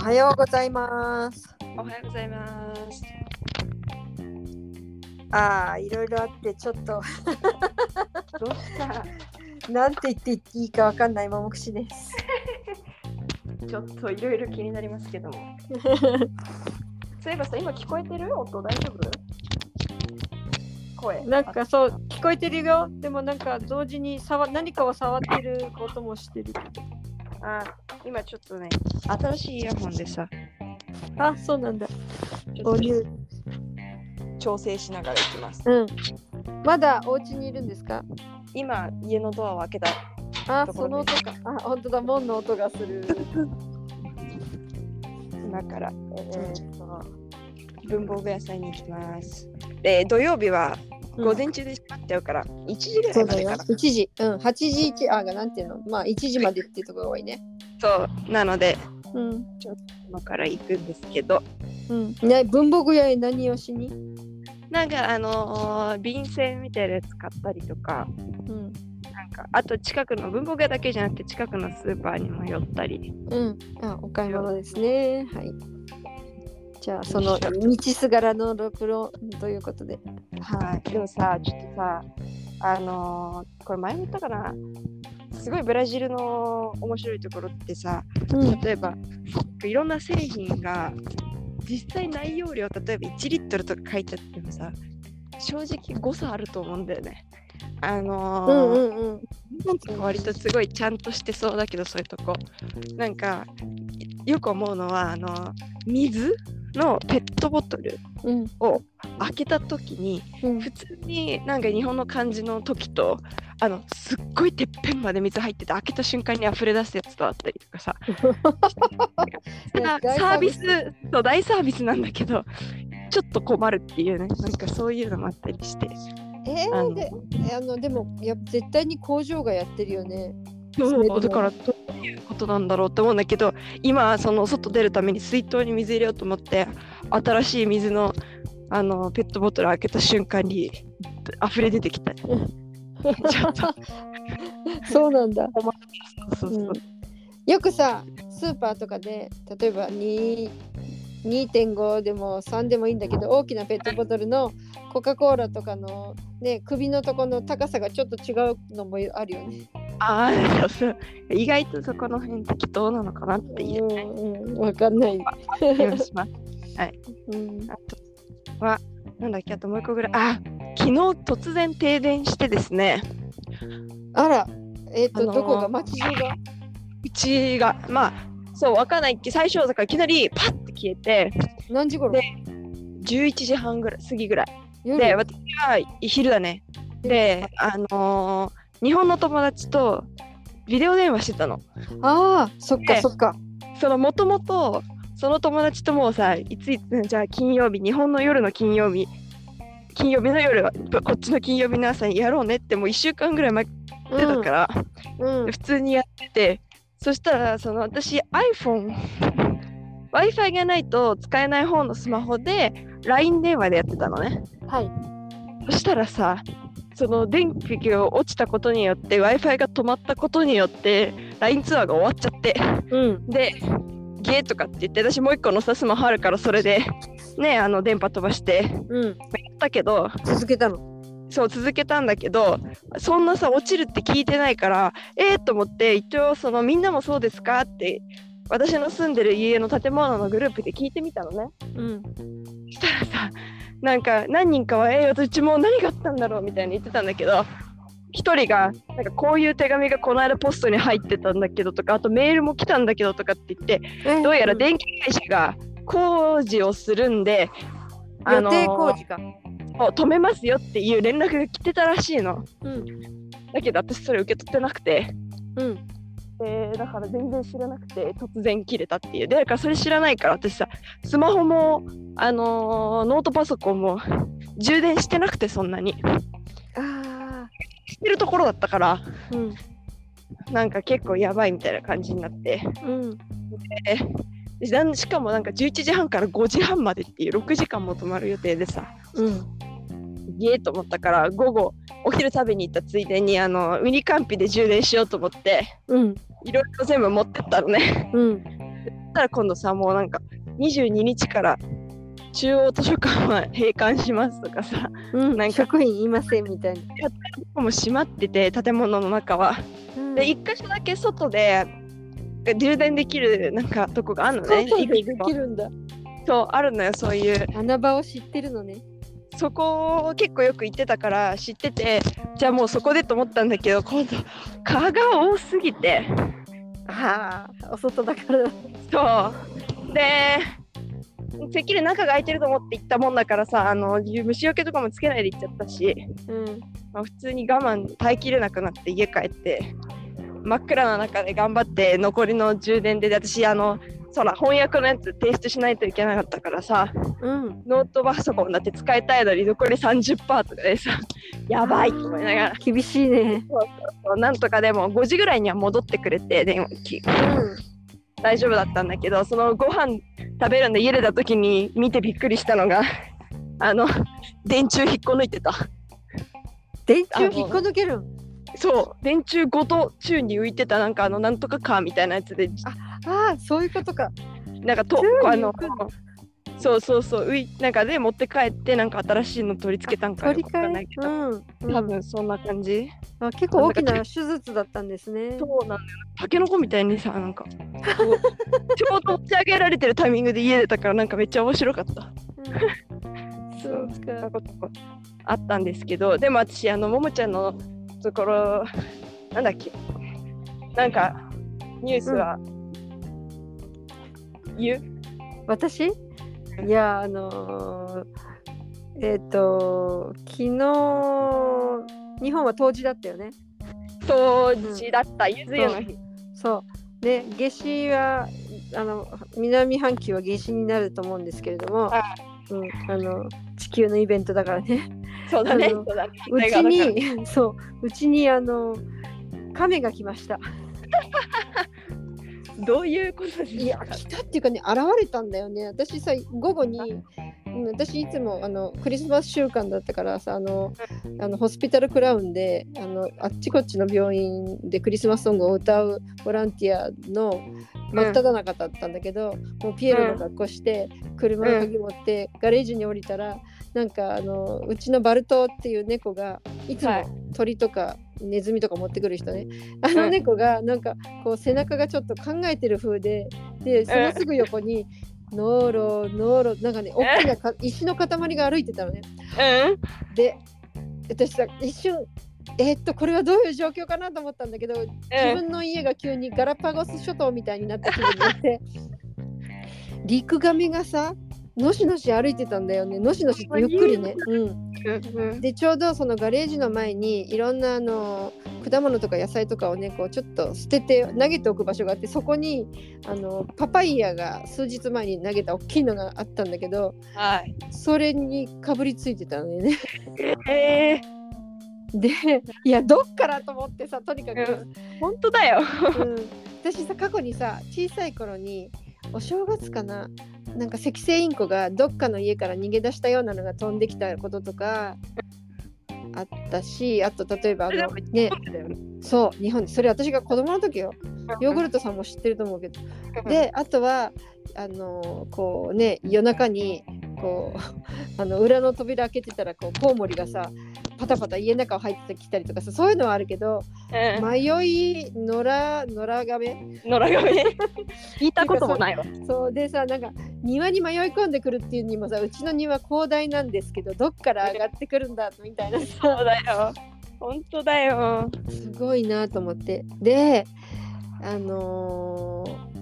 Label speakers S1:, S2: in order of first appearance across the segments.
S1: はようございます。
S2: おはようございます。
S1: ああ、いろいろあって、ちょっと、
S2: どうした
S1: なんて言っていいかわかんない桃串です。
S2: ちょっといろいろ気になりますけども。そういえばさ、今聞こえてる音大丈夫声。
S1: なんかそう、聞こえてるよ。でもなんか同時に触何かを触ってることもしてる。
S2: あ。あ今ちょっとね、新しいイヤホンでさ、
S1: あ、そうなんだ。
S2: ちょ
S1: お
S2: っと
S1: にゅ
S2: 調整しながら行きます。
S1: うん。まだお家にいるんですか
S2: 今、家のドアを開けた。
S1: あ、
S2: とこ
S1: その
S2: ろで
S1: 音か。あ、本当だ、門の音がす る。
S2: 今から、えー、と文房具屋さんに行きます。えー土曜日は
S1: うん
S2: 午前中で閉まっちゃうから、1時ぐら
S1: そ
S2: いうま
S1: だ
S2: で
S1: よ
S2: かな。。
S1: 1時、うん、8時1、あ、がなんていうのまあ1時までっていうところが多いね。
S2: そう、なので、
S1: うん。
S2: 今から行くんですけど、
S1: うん。ね、文房具屋へ何をしに
S2: なんかあのー便箋みたいなやつ買ったりとか、
S1: うん。
S2: なんかあと近くの文房具屋だけじゃなくて近くのスーパーにも寄ったり、
S1: うん、あお買い物ですね。はい。じゃあ、その道すがらのろくろということで。
S2: はい、でもさ、ちょっとさ、あのーこれ前も言ったかな、すごいブラジルの面白いところってさ、
S1: うん、
S2: 例えばいろんな製品が実際内容量、例えば1リットルとか書いてあってもさ、正直誤差あると思うんだよね。あのー
S1: うん、うん、うん。
S2: 割とすごいちゃんとしてそうだけどそういうとこなんかよく思うのはあの水のペットボトル
S1: うん、
S2: を開けた時に
S1: うん、
S2: 普通になんか日本の漢字の時とあのすっごいてっぺんまで水入ってて開けた瞬間に溢れ出すやつとあったりとかさなんかサービスそう大サービスなんだけどちょっと困るっていうねなんかそういうのもあったりして
S1: え
S2: あの
S1: ー、で、えあの、でも、や、絶対に工場がやってるよね。
S2: そうだからどういうことなんだろうって思うんだけど今その外出るために水筒に水入れようと思って新しい水のあのペットボトル開けた瞬間に溢れ出てきたちょっと
S1: そうなんだ。
S2: そうそうそう、
S1: よくさ、スーパーとかで、例えば、に。2.5でも3でもいいんだけど大きなペットボトルのコカ・コーラとかの、ね、首のとこの高さがちょっと違うのもあるよね。
S2: ああそう意外とそこの辺適当なのかなっていう
S1: うんうん、わかんない。
S2: 気がします
S1: うん
S2: あとはなんだっけあともう一個ぐらいあ昨日突然停電してですね
S1: あら、えっ、と、
S2: あのー
S1: どこが町中が。
S2: うちがまあそうわかんないっけ最初だからいきなりパッて消えて
S1: 何時頃
S2: で。11時半ぐらい過ぎぐらい
S1: 夜
S2: で私は昼だねであのー日本の友達とビデオ電話してたの
S1: ああ、そっか、
S2: で
S1: そっか。
S2: そのもともとその友達ともうさいついつじゃあ金曜日日本の夜の金曜日金曜日の夜はこっちの金曜日の朝にやろうねってもう1週間ぐらい前
S1: う
S2: だか
S1: ん、
S2: ら、
S1: うん、
S2: 普通にやっててそしたらその私 iPhone w i f i がないと使えない方のスマホで LINE 電話でやってたのね
S1: はい。
S2: そしたらさその電気が落ちたことによって w i f i が止まったことによって LINE ツアーが終わっちゃって
S1: うん、
S2: でゲーとかって言って私もう一個のさスマホあるからそれでねあの電波飛ばしてや
S1: うん、
S2: ったけど
S1: 続けたの。
S2: そう続けたんだけどそんなさ落ちるって聞いてないからえー、と思って一応そのみんなもそうですかって私の住んでる家の建物のグループで聞いてみたのね
S1: うん、
S2: そしたらさなんか何人かは「えー、うちもう何があったんだろう」みたいに言ってたんだけど一人が「なんかこういう手紙がこの間ポストに入ってたんだけど」とかあとメールも来たんだけどとかって言ってどうやら
S1: で
S2: 電気会社が工事をするんで、あ
S1: 予
S2: の
S1: 定工事か。
S2: を止めますよっていう連絡が来てたらしいの。
S1: うん、
S2: だけど私それ受け取ってなくて、
S1: うん、
S2: えーだから全然知らなくて突然切れたっていうでだからそれ知らないから私さスマホも、あのーノートパソコンも充電してなくてそんなに
S1: ああ、
S2: してるところだったから
S1: うん、
S2: なんか結構やばいみたいな感じになって
S1: うん、
S2: でなんしかもなんか11時半から5時半までっていう6時間も泊まる予定でさ
S1: うん、
S2: ゲーと思ったから午後お昼食べに行ったついでにあのウニカンピで充電しようと思って
S1: うん、
S2: いろいろ全部持ってったのね
S1: うん、
S2: ったら今度さもうなんか22日から中央図書館は閉館しますとかさ
S1: うん、
S2: なんか
S1: 職員いませんみたいな。
S2: もう閉まってて建物の中は。
S1: うん
S2: で一箇所だけ外で充電できるなんかとこがあるのね。
S1: そうそうで
S2: いく
S1: で
S2: つも
S1: きるんだ。
S2: そうあるのよそういう
S1: 穴場を知ってるのね。
S2: そこを結構よく行ってたから知っててじゃあもうそこでと思ったんだけど今度蚊が多すぎて
S1: ああ、お外だから。
S2: そうでてっきり中が空いてると思って行ったもんだからさあの虫よけとかもつけないで行っちゃったし、
S1: うん。
S2: まあ、普通に我慢耐えきれなくなって家帰って真っ暗な中で頑張って残りの充電でで私あのそら翻訳のやつ提出しないといけなかったからさ
S1: うん。
S2: ノートパソコンだって使いたいのに残り30%とかでさやばいと思いながら
S1: 厳しいね。
S2: そうなんとかでも5時ぐらいには戻ってくれて電話機
S1: う
S2: 大丈夫だったんだけどそのご飯食べるんで家出た時に見てびっくりしたのが あの電柱引っこ抜いてた
S1: ん。電柱引っこ抜けるん。
S2: そう電柱ごと宙に浮いてたなんかあのなんとかカーみたいなやつで
S1: ああ、そういうことか。
S2: なんかと
S1: 宙に浮く
S2: あのそうそうそう浮いなんかで持って帰ってなんか新しいの取り付けたんかよ
S1: 取り
S2: わかんな
S1: 替
S2: い
S1: え
S2: け。
S1: う
S2: ど、
S1: ん。
S2: 多
S1: うん
S2: 分そんな感じ
S1: あ結構大きな手術だったんですね。
S2: そうなんだよタケノコみたいにさなん かこうちょうど持ち上げられてるタイミングで家出たからなんかめっちゃ面白かった
S1: うんそう
S2: そん
S1: か
S2: な。こともあったんですけどでも私あのももちゃんのところ なんだっけなんかニュースは、言う
S1: 私いやあのーえっ、と昨日日本は冬至だったよね
S2: 当時だった、ゆず湯の日
S1: そうね夏至はあの南半球は夏至になると思うんですけれども、
S2: は
S1: うん、あの地球のイベントだからね
S2: そうだね
S1: あ
S2: そ
S1: の
S2: うだね
S1: うち
S2: だか
S1: にそううちにあの亀が来ました
S2: らどういうことですか
S1: いや来たっていうかね現れたんだよね私さ午後にうん私いつもあのクリスマス週間だったからさあのあのホスピタルクラウンであのあっちこっちの病院でクリスマスソングを歌うボランティアの真っ只中だったんだけど、もうピエロの格好して車の鍵持ってガレージに降りたらなんかあのうちのバルトっていう猫がいつ
S2: は
S1: も
S2: い
S1: 鳥とかネズミとか持ってくる人ねあの猫がなんかこう背中がちょっと考えてる風ででそのすぐ横に「ノーローノーロー」なんかね大きなか石の塊が歩いてたのね。
S2: うん
S1: で私さ一瞬えーっとこれはどういう状況かなと思ったんだけど自分の家が急にガラパゴス諸島みたいになった気分になって 陸亀がさのしのし歩いてたんだよねのしのしってゆっくりね。うん
S2: うんうん
S1: でちょうどそのガレージの前にいろんなあの果物とか野菜とかをねこうちょっと捨てて投げておく場所があってそこにあのパパイヤが数日前に投げた大きいのがあったんだけど
S2: はい
S1: それにかぶりついてたのよね。
S2: え
S1: でいやどっからと思ってさとにかく、
S2: うんー、本当だよ
S1: うん私さ過去にさ小さい頃にお正月かななんか赤星インコがどっかの家から逃げ出したようなのが飛んできたこととかあったしあと例えばあのねそう日本それ私が子供の時よヨーグルトさんも知ってると思うけどであとはあのこうね夜中にこうあの裏の扉開けてたらこうコウモリがさパタパタ家の中を入ってきたりとかさそういうのはあるけど
S2: うん
S1: 迷い野良野良亀
S2: 野良亀 聞いたこともないわ
S1: そうでさなんか庭に迷い込んでくるっていうにもさうちの庭広大なんですけどどっから上がってくるんだみたいなさ
S2: そうだよ本当だよ
S1: すごいなと思ってであのー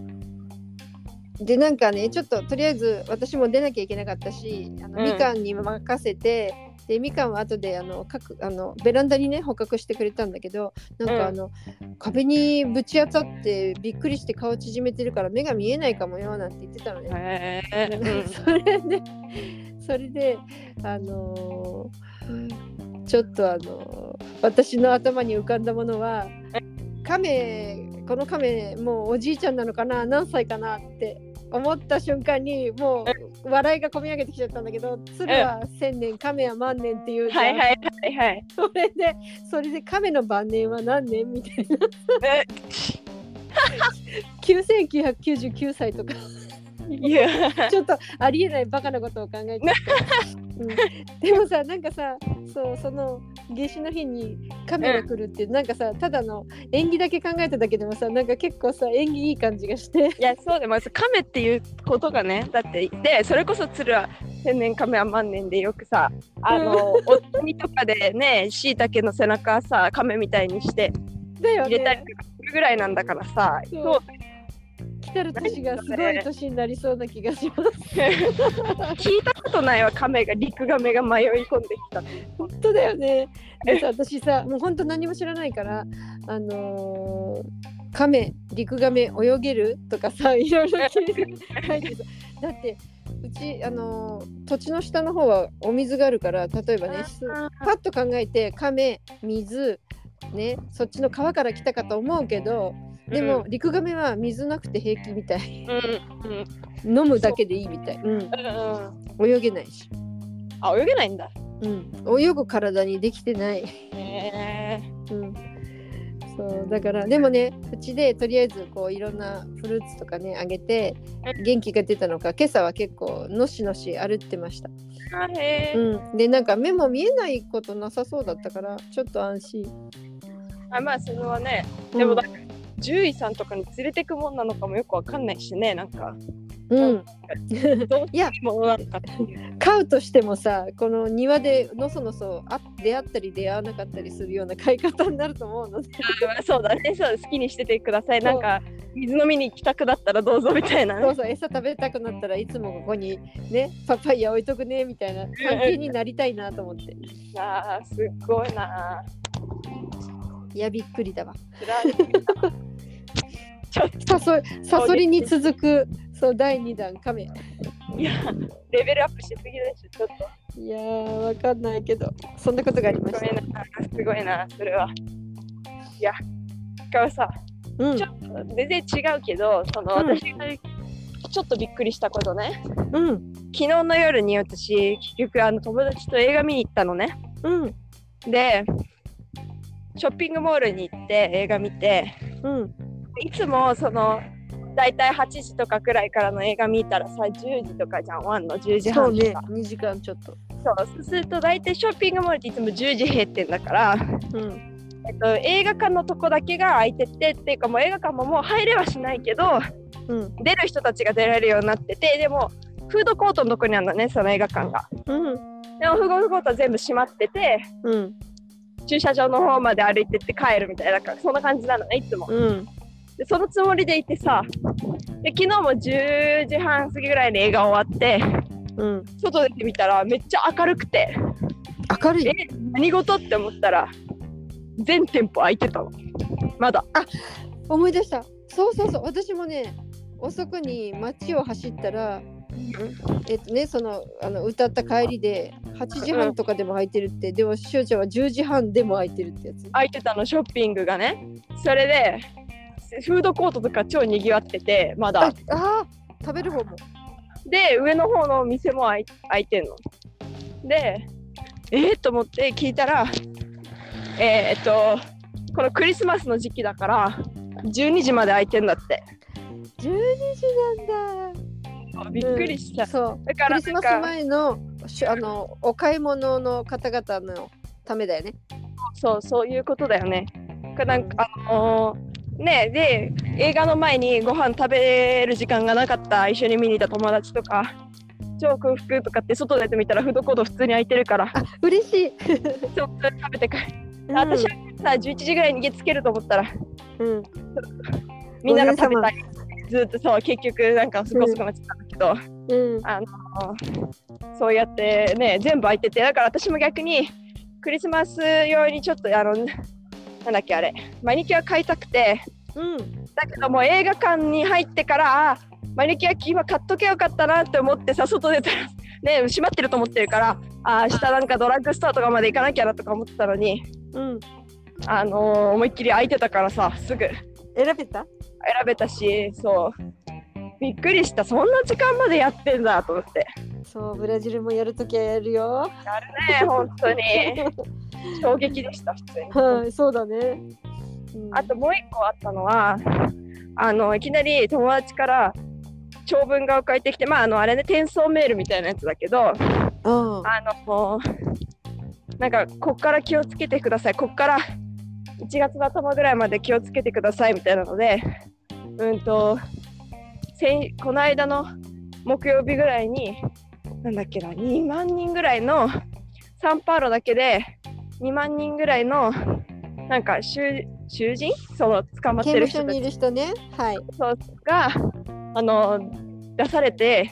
S1: でなんかねちょっととりあえず私も出なきゃいけなかったしあの
S2: うん
S1: みかんに任せて、でみかんは後であの各あのベランダにね捕獲してくれたんだけどなん
S2: うん
S1: かあの、壁にぶち当たってびっくりして顔縮めてるから目が見えないかもよなんて言ってたのね。
S2: へえー
S1: それでそれであのーちょっとあのー私の頭に浮かんだものは亀この亀もうおじいちゃんなのかな何歳かなって思った瞬間にもう笑いがこみ上げてきちゃったんだけど鶴は千年亀は万年っていう
S2: うん
S1: じゃん
S2: はいはいはいはい
S1: それでそれで亀の晩年は何年みたいな
S2: え
S1: 9999歳とか
S2: いや、
S1: ちょっとありえないバカなことを考えてきた、うん、でもさなんかさそうその夏至の日にカメラ来るって、なんかさただの演技だけ考えただけでもさなんか結構さ演技いい感じがして
S2: いやそうでまず亀っていうことがねだってでそれこそ鶴は天然亀は万年でよくさあのおみとかでねしいたけの背中さ亀みたいにして
S1: だよ
S2: 入れたり
S1: ね
S2: とかするぐらいなんだからさ
S1: そう
S2: そう
S1: 来たる年がすごい年になりそうな気がします
S2: 聞いたことないわ亀が陸亀が迷い込んできたって
S1: 本当だよね。でさ私さもう本当何も知らないからあのー、亀陸亀泳げるとかさいろいろ聞いて書いてさだってうちあのー土地の下の方はお水があるから例えばねすパッと考えて亀水ねそっちの川から来たかと思うけどでも、陸亀は水なくて平気みたい
S2: うんうんうん
S1: 飲むだけでいいみたい、う
S2: うん、
S1: ん、泳げないし、
S2: あ泳げないんだ
S1: うん、泳ぐ体にできてない。
S2: へえ
S1: うん、そうだからでもねうちでとりあえずこういろんなフルーツとかねあげて元気が出たのか今朝は結構のしのし歩ってました、
S2: あへえ、
S1: うん、でなんか目も見えないことなさそうだったからちょっと安心
S2: あまあそれはねでも
S1: う
S2: だから獣医さんとかに連れてくもんなのかもよくわかんないしねなんか
S1: ん、うん、
S2: どう
S1: いや
S2: いうものなのかっていう
S1: 飼うとしてもさこの庭でのそのそあ出会ったり出会わなかったりするような飼い方になると思うので
S2: あまあそうだねそう好きにしててくださいなんか水飲みに行きたくだったらどうぞみたいな
S1: そ
S2: ね
S1: うそう餌食べたくなったらいつもここにねパパイヤ置いとくねみたいな関係になりたいなと思って
S2: あーすっごいない
S1: やびっくりだわ
S2: 辛いなちょっ
S1: サソサソリに続くそう第2弾カメ
S2: といやレベルアップしすぎでしょちょっと
S1: いやーわかんないけどそんなことがありまし
S2: す
S1: た
S2: ごい、なすごいなそれはいやしかもさ
S1: うん
S2: ちょ全然違うけどその
S1: うん
S2: 私がちょっとびっくりしたことね
S1: うん
S2: 昨日の夜に私結局あの友達と映画見に行ったのね
S1: うん
S2: でショッピングモールに行って映画見て
S1: うん
S2: いつもその大体8時とかくらいからの映画見たらさ10時とかじゃんワンの10時
S1: そ
S2: 半
S1: う
S2: と
S1: ね
S2: か
S1: 2時間ちょっと
S2: そう,、そうすると大体ショッピングモールっていつも10時閉店だから、
S1: うん
S2: えっと、映画館のとこだけが空いててっていうかもう映画館ももう入れはしないけど
S1: うん
S2: 出る人たちが出られるようになっててでもフードコートのとこにあるのねその映画館が。
S1: うん
S2: でもフードコートは全部閉まってて
S1: うん
S2: 駐車場の方まで歩いてって帰るみたいななんかそんな感じなのねいつも
S1: うん
S2: でそのつもりでいてさで昨日も10時半過ぎぐらいに映画終わって
S1: うん
S2: 外出てみたらめっちゃ明るくて
S1: 明る
S2: え
S1: い
S2: 何事って思ったら全店舗空いてたのまだ
S1: 思い出したそうそうそう私もね遅くに街を走ったらえっとねそのあの歌った帰りで8時半とかでも空いてるってでもしおちゃんは10時半でも空いてるってやつ
S2: 空いてたのショッピングがねそれでフードコートとか超にぎわっててま
S1: あ
S2: だ
S1: あー食べる方も
S2: で上の方のお店も開い開いてんの。でえー、と思って聞いたらえー、っとこのクリスマスの時期だから12時まで開いてんだって
S1: 12時なんだ
S2: びっくりした、
S1: そう
S2: だか
S1: ク
S2: ら
S1: リス
S2: なん
S1: マス
S2: か
S1: 前のしあのお買い物の方々のためだよね。
S2: そうそういうことだよねかなんかあのーねで映画の前にご飯食べる時間がなかった一緒に見に行った友達とか超空腹とかって外出てみたらフードコート普通に開いてるから
S1: あ嬉しい。
S2: ちょっと食べて帰る、私はさ11時ぐらいに家つけると思ったら
S1: うん、
S2: みんなが食べたりずっとそう結局なんかすごすごなっちゃったんだけど、
S1: うん
S2: そうやってね全部空いててだから私も逆にクリスマス用にちょっとあのなんだっけあれマニキュア買いたくて
S1: うん
S2: だけどもう映画館に入ってからあマニキュア今買っとけよかったなって思ってさ外出たら。ね、閉まってると思ってるからあ明日なんかドラッグストアとかまで行かなきゃなとか思ってたのに、
S1: うん
S2: あのー思いっきり空いてたからさすぐ
S1: 選べた
S2: 選べたしそうびっくりしたそんな時間までやってんだと思って
S1: そうブラジルもやるときはやるよ。
S2: ねえ本当に衝撃でした普通に、
S1: はいそうだね。うん
S2: あともう一個あったのはあのいきなり友達から長文が返ってきてまああのあれね転送メールみたいなやつだけど
S1: うん
S2: あのなんかこっから気をつけてくださいこっから1月の頭ぐらいまで気をつけてくださいみたいなのでうんと先この間の木曜日ぐらいになんだっけな2万人ぐらいのサンパウロだけで2万人ぐらいのなんか囚囚人その捕まっ
S1: 刑
S2: てる
S1: 務
S2: 人
S1: 所
S2: た
S1: にい
S2: ち
S1: る人ねはい
S2: そうがあの出されて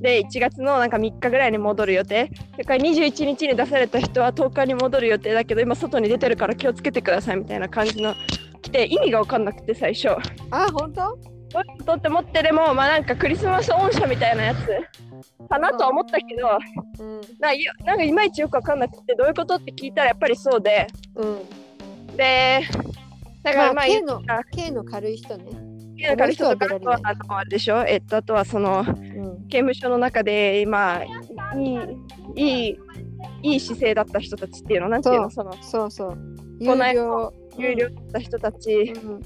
S2: で1月のなんか3日ぐらいに戻る予定それから21日に出された人は10日に戻る予定だけど今外に出てるから気をつけてくださいみたいな感じの来て意味が分かんなくて最初。
S1: あ本当
S2: どういうことって思ってでもまあなんかクリスマス御社みたいなやつかなとは思ったけど
S1: うん
S2: ないなんかいまいちよく分かんなくてどういうことって聞いたらやっぱりそうで
S1: うん
S2: でだからまあ
S1: 刑の
S2: あ
S1: 刑の軽い人ね
S2: だから人とかあ
S1: この人
S2: と
S1: は出
S2: は
S1: られない
S2: あのあれでしょえっとあとはその
S1: うん
S2: 刑務所の中で今いいいいいい姿勢だった人たちっていうのなんていうのその
S1: そうそう
S2: こ
S1: 有
S2: の間
S1: 料
S2: 有料だった人たち
S1: うん
S2: が、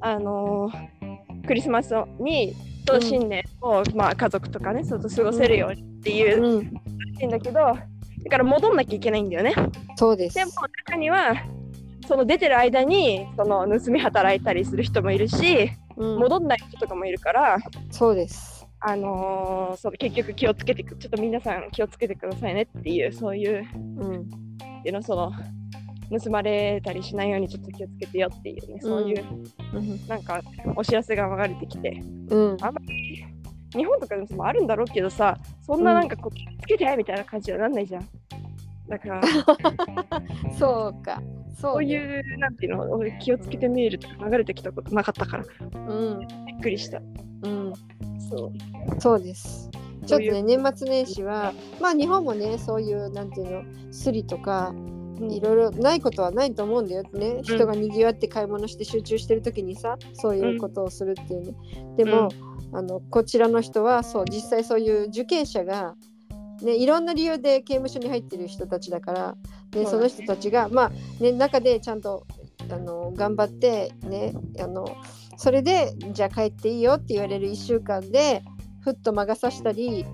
S2: あのークリスマスにと新年を、まあ、家族とかねそうと過ごせるようにっていううん
S1: うん
S2: らしいんだけどだから戻んなきゃいけないんだよね。
S1: そうです
S2: でも中にはその出てる間にその盗み働いたりする人もいるし
S1: うん
S2: 戻んない人とかもいるから。
S1: そうです
S2: あのー、そう結局気をつけてくちょっと皆さん気をつけてくださいねっていうそういう
S1: うん
S2: っていうのその盗まれたりしないようにちょっと気をつけてよっていうねそういう、
S1: うん
S2: なんかお知らせが流れてきて
S1: うん
S2: 日本とかでもあるんだろうけどさそんななんかこう気をつけてみたいな感じはなんないじゃん。だから
S1: そうかそ
S2: そうう
S1: ね
S2: いうなんていうの俺気をつけてメールとか流れてきたことなかったからび
S1: うん
S2: っくりした。
S1: うん
S2: そう
S1: そうです。ちょっと
S2: そう
S1: ね
S2: い
S1: 年末年始はまあ日本もねそういうなんていうのスリとかいろいろないことはないと思うんだよね人がにぎわって買い物して集中してる時にさそういうことをするっていうね。でも、あのこちらの人はそう実際そういう受刑者が、ね、いろんな理由で刑務所に入ってる人たちだから、ね、
S2: そ
S1: そう
S2: だね
S1: の人たちが、まあね、中でちゃんとあの頑張って、ね、あのそれでじゃあ帰っていいよって言われる1週間でふっと魔が差したり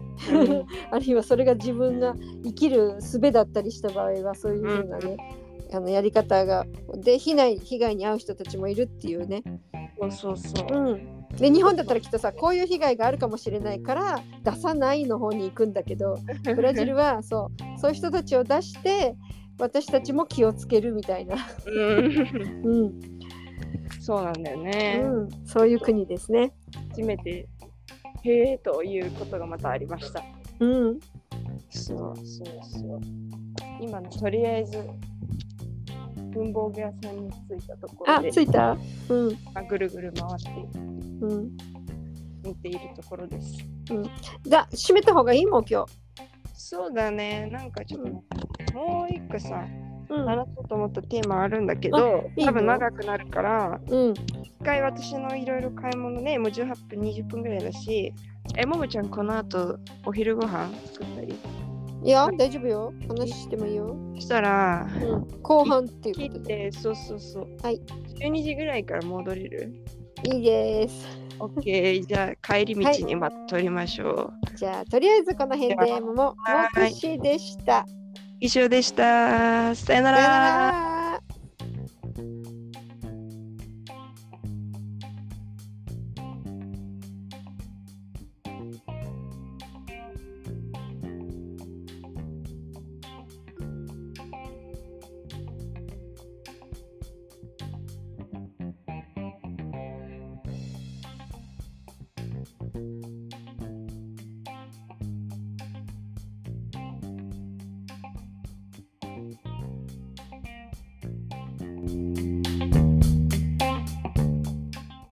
S1: あるいはそれが自分が生きる術だったりした場合はそういうふうなね、あのやり方がで被害被害に遭う人たちもいるっていうね。
S2: そうそうそう。
S1: うん、で日本だったらきっとさこういう被害があるかもしれないから出さないの方に行くんだけどブラジルはそうそういう人たちを出して私たちも気をつけるみたいな、
S2: うん
S1: うん
S2: そうなんだよね。
S1: うん、そういう国ですね。
S2: 初めてへえということがまたありました。
S1: うん、
S2: そうそうそう。今のとりあえず文房具屋さんに着いたところ
S1: あ
S2: で
S1: 着いた、うん
S2: まあぐるぐる回って
S1: うん、
S2: 見ているところです。
S1: じゃあ閉めた方がいいもう今日。
S2: そうだね。なんかちょっと、もう一個さ
S1: うん
S2: 話そうと思ったテーマあるんだけど
S1: いいよ
S2: 多分長くなるから
S1: うん、
S2: 一回私のいろいろ買い物ねもう18分20分ぐらいだしえももちゃんこの後お昼ご飯作ったり
S1: いや大丈夫よ話してもいいよ、
S2: そしたら
S1: うん、後半っていう
S2: 切っ
S1: ことで
S2: て、そうそうそう。
S1: はい。
S2: 12時ぐらいから戻れる。
S1: いいです
S2: オッケー、じゃあ帰り道に待っとりましょう。
S1: じゃあとりあえずこの辺でももも
S2: は
S1: く
S2: い
S1: しでした
S2: 以上でした。さ
S1: さよ
S2: よな
S1: な
S2: ら。
S1: ら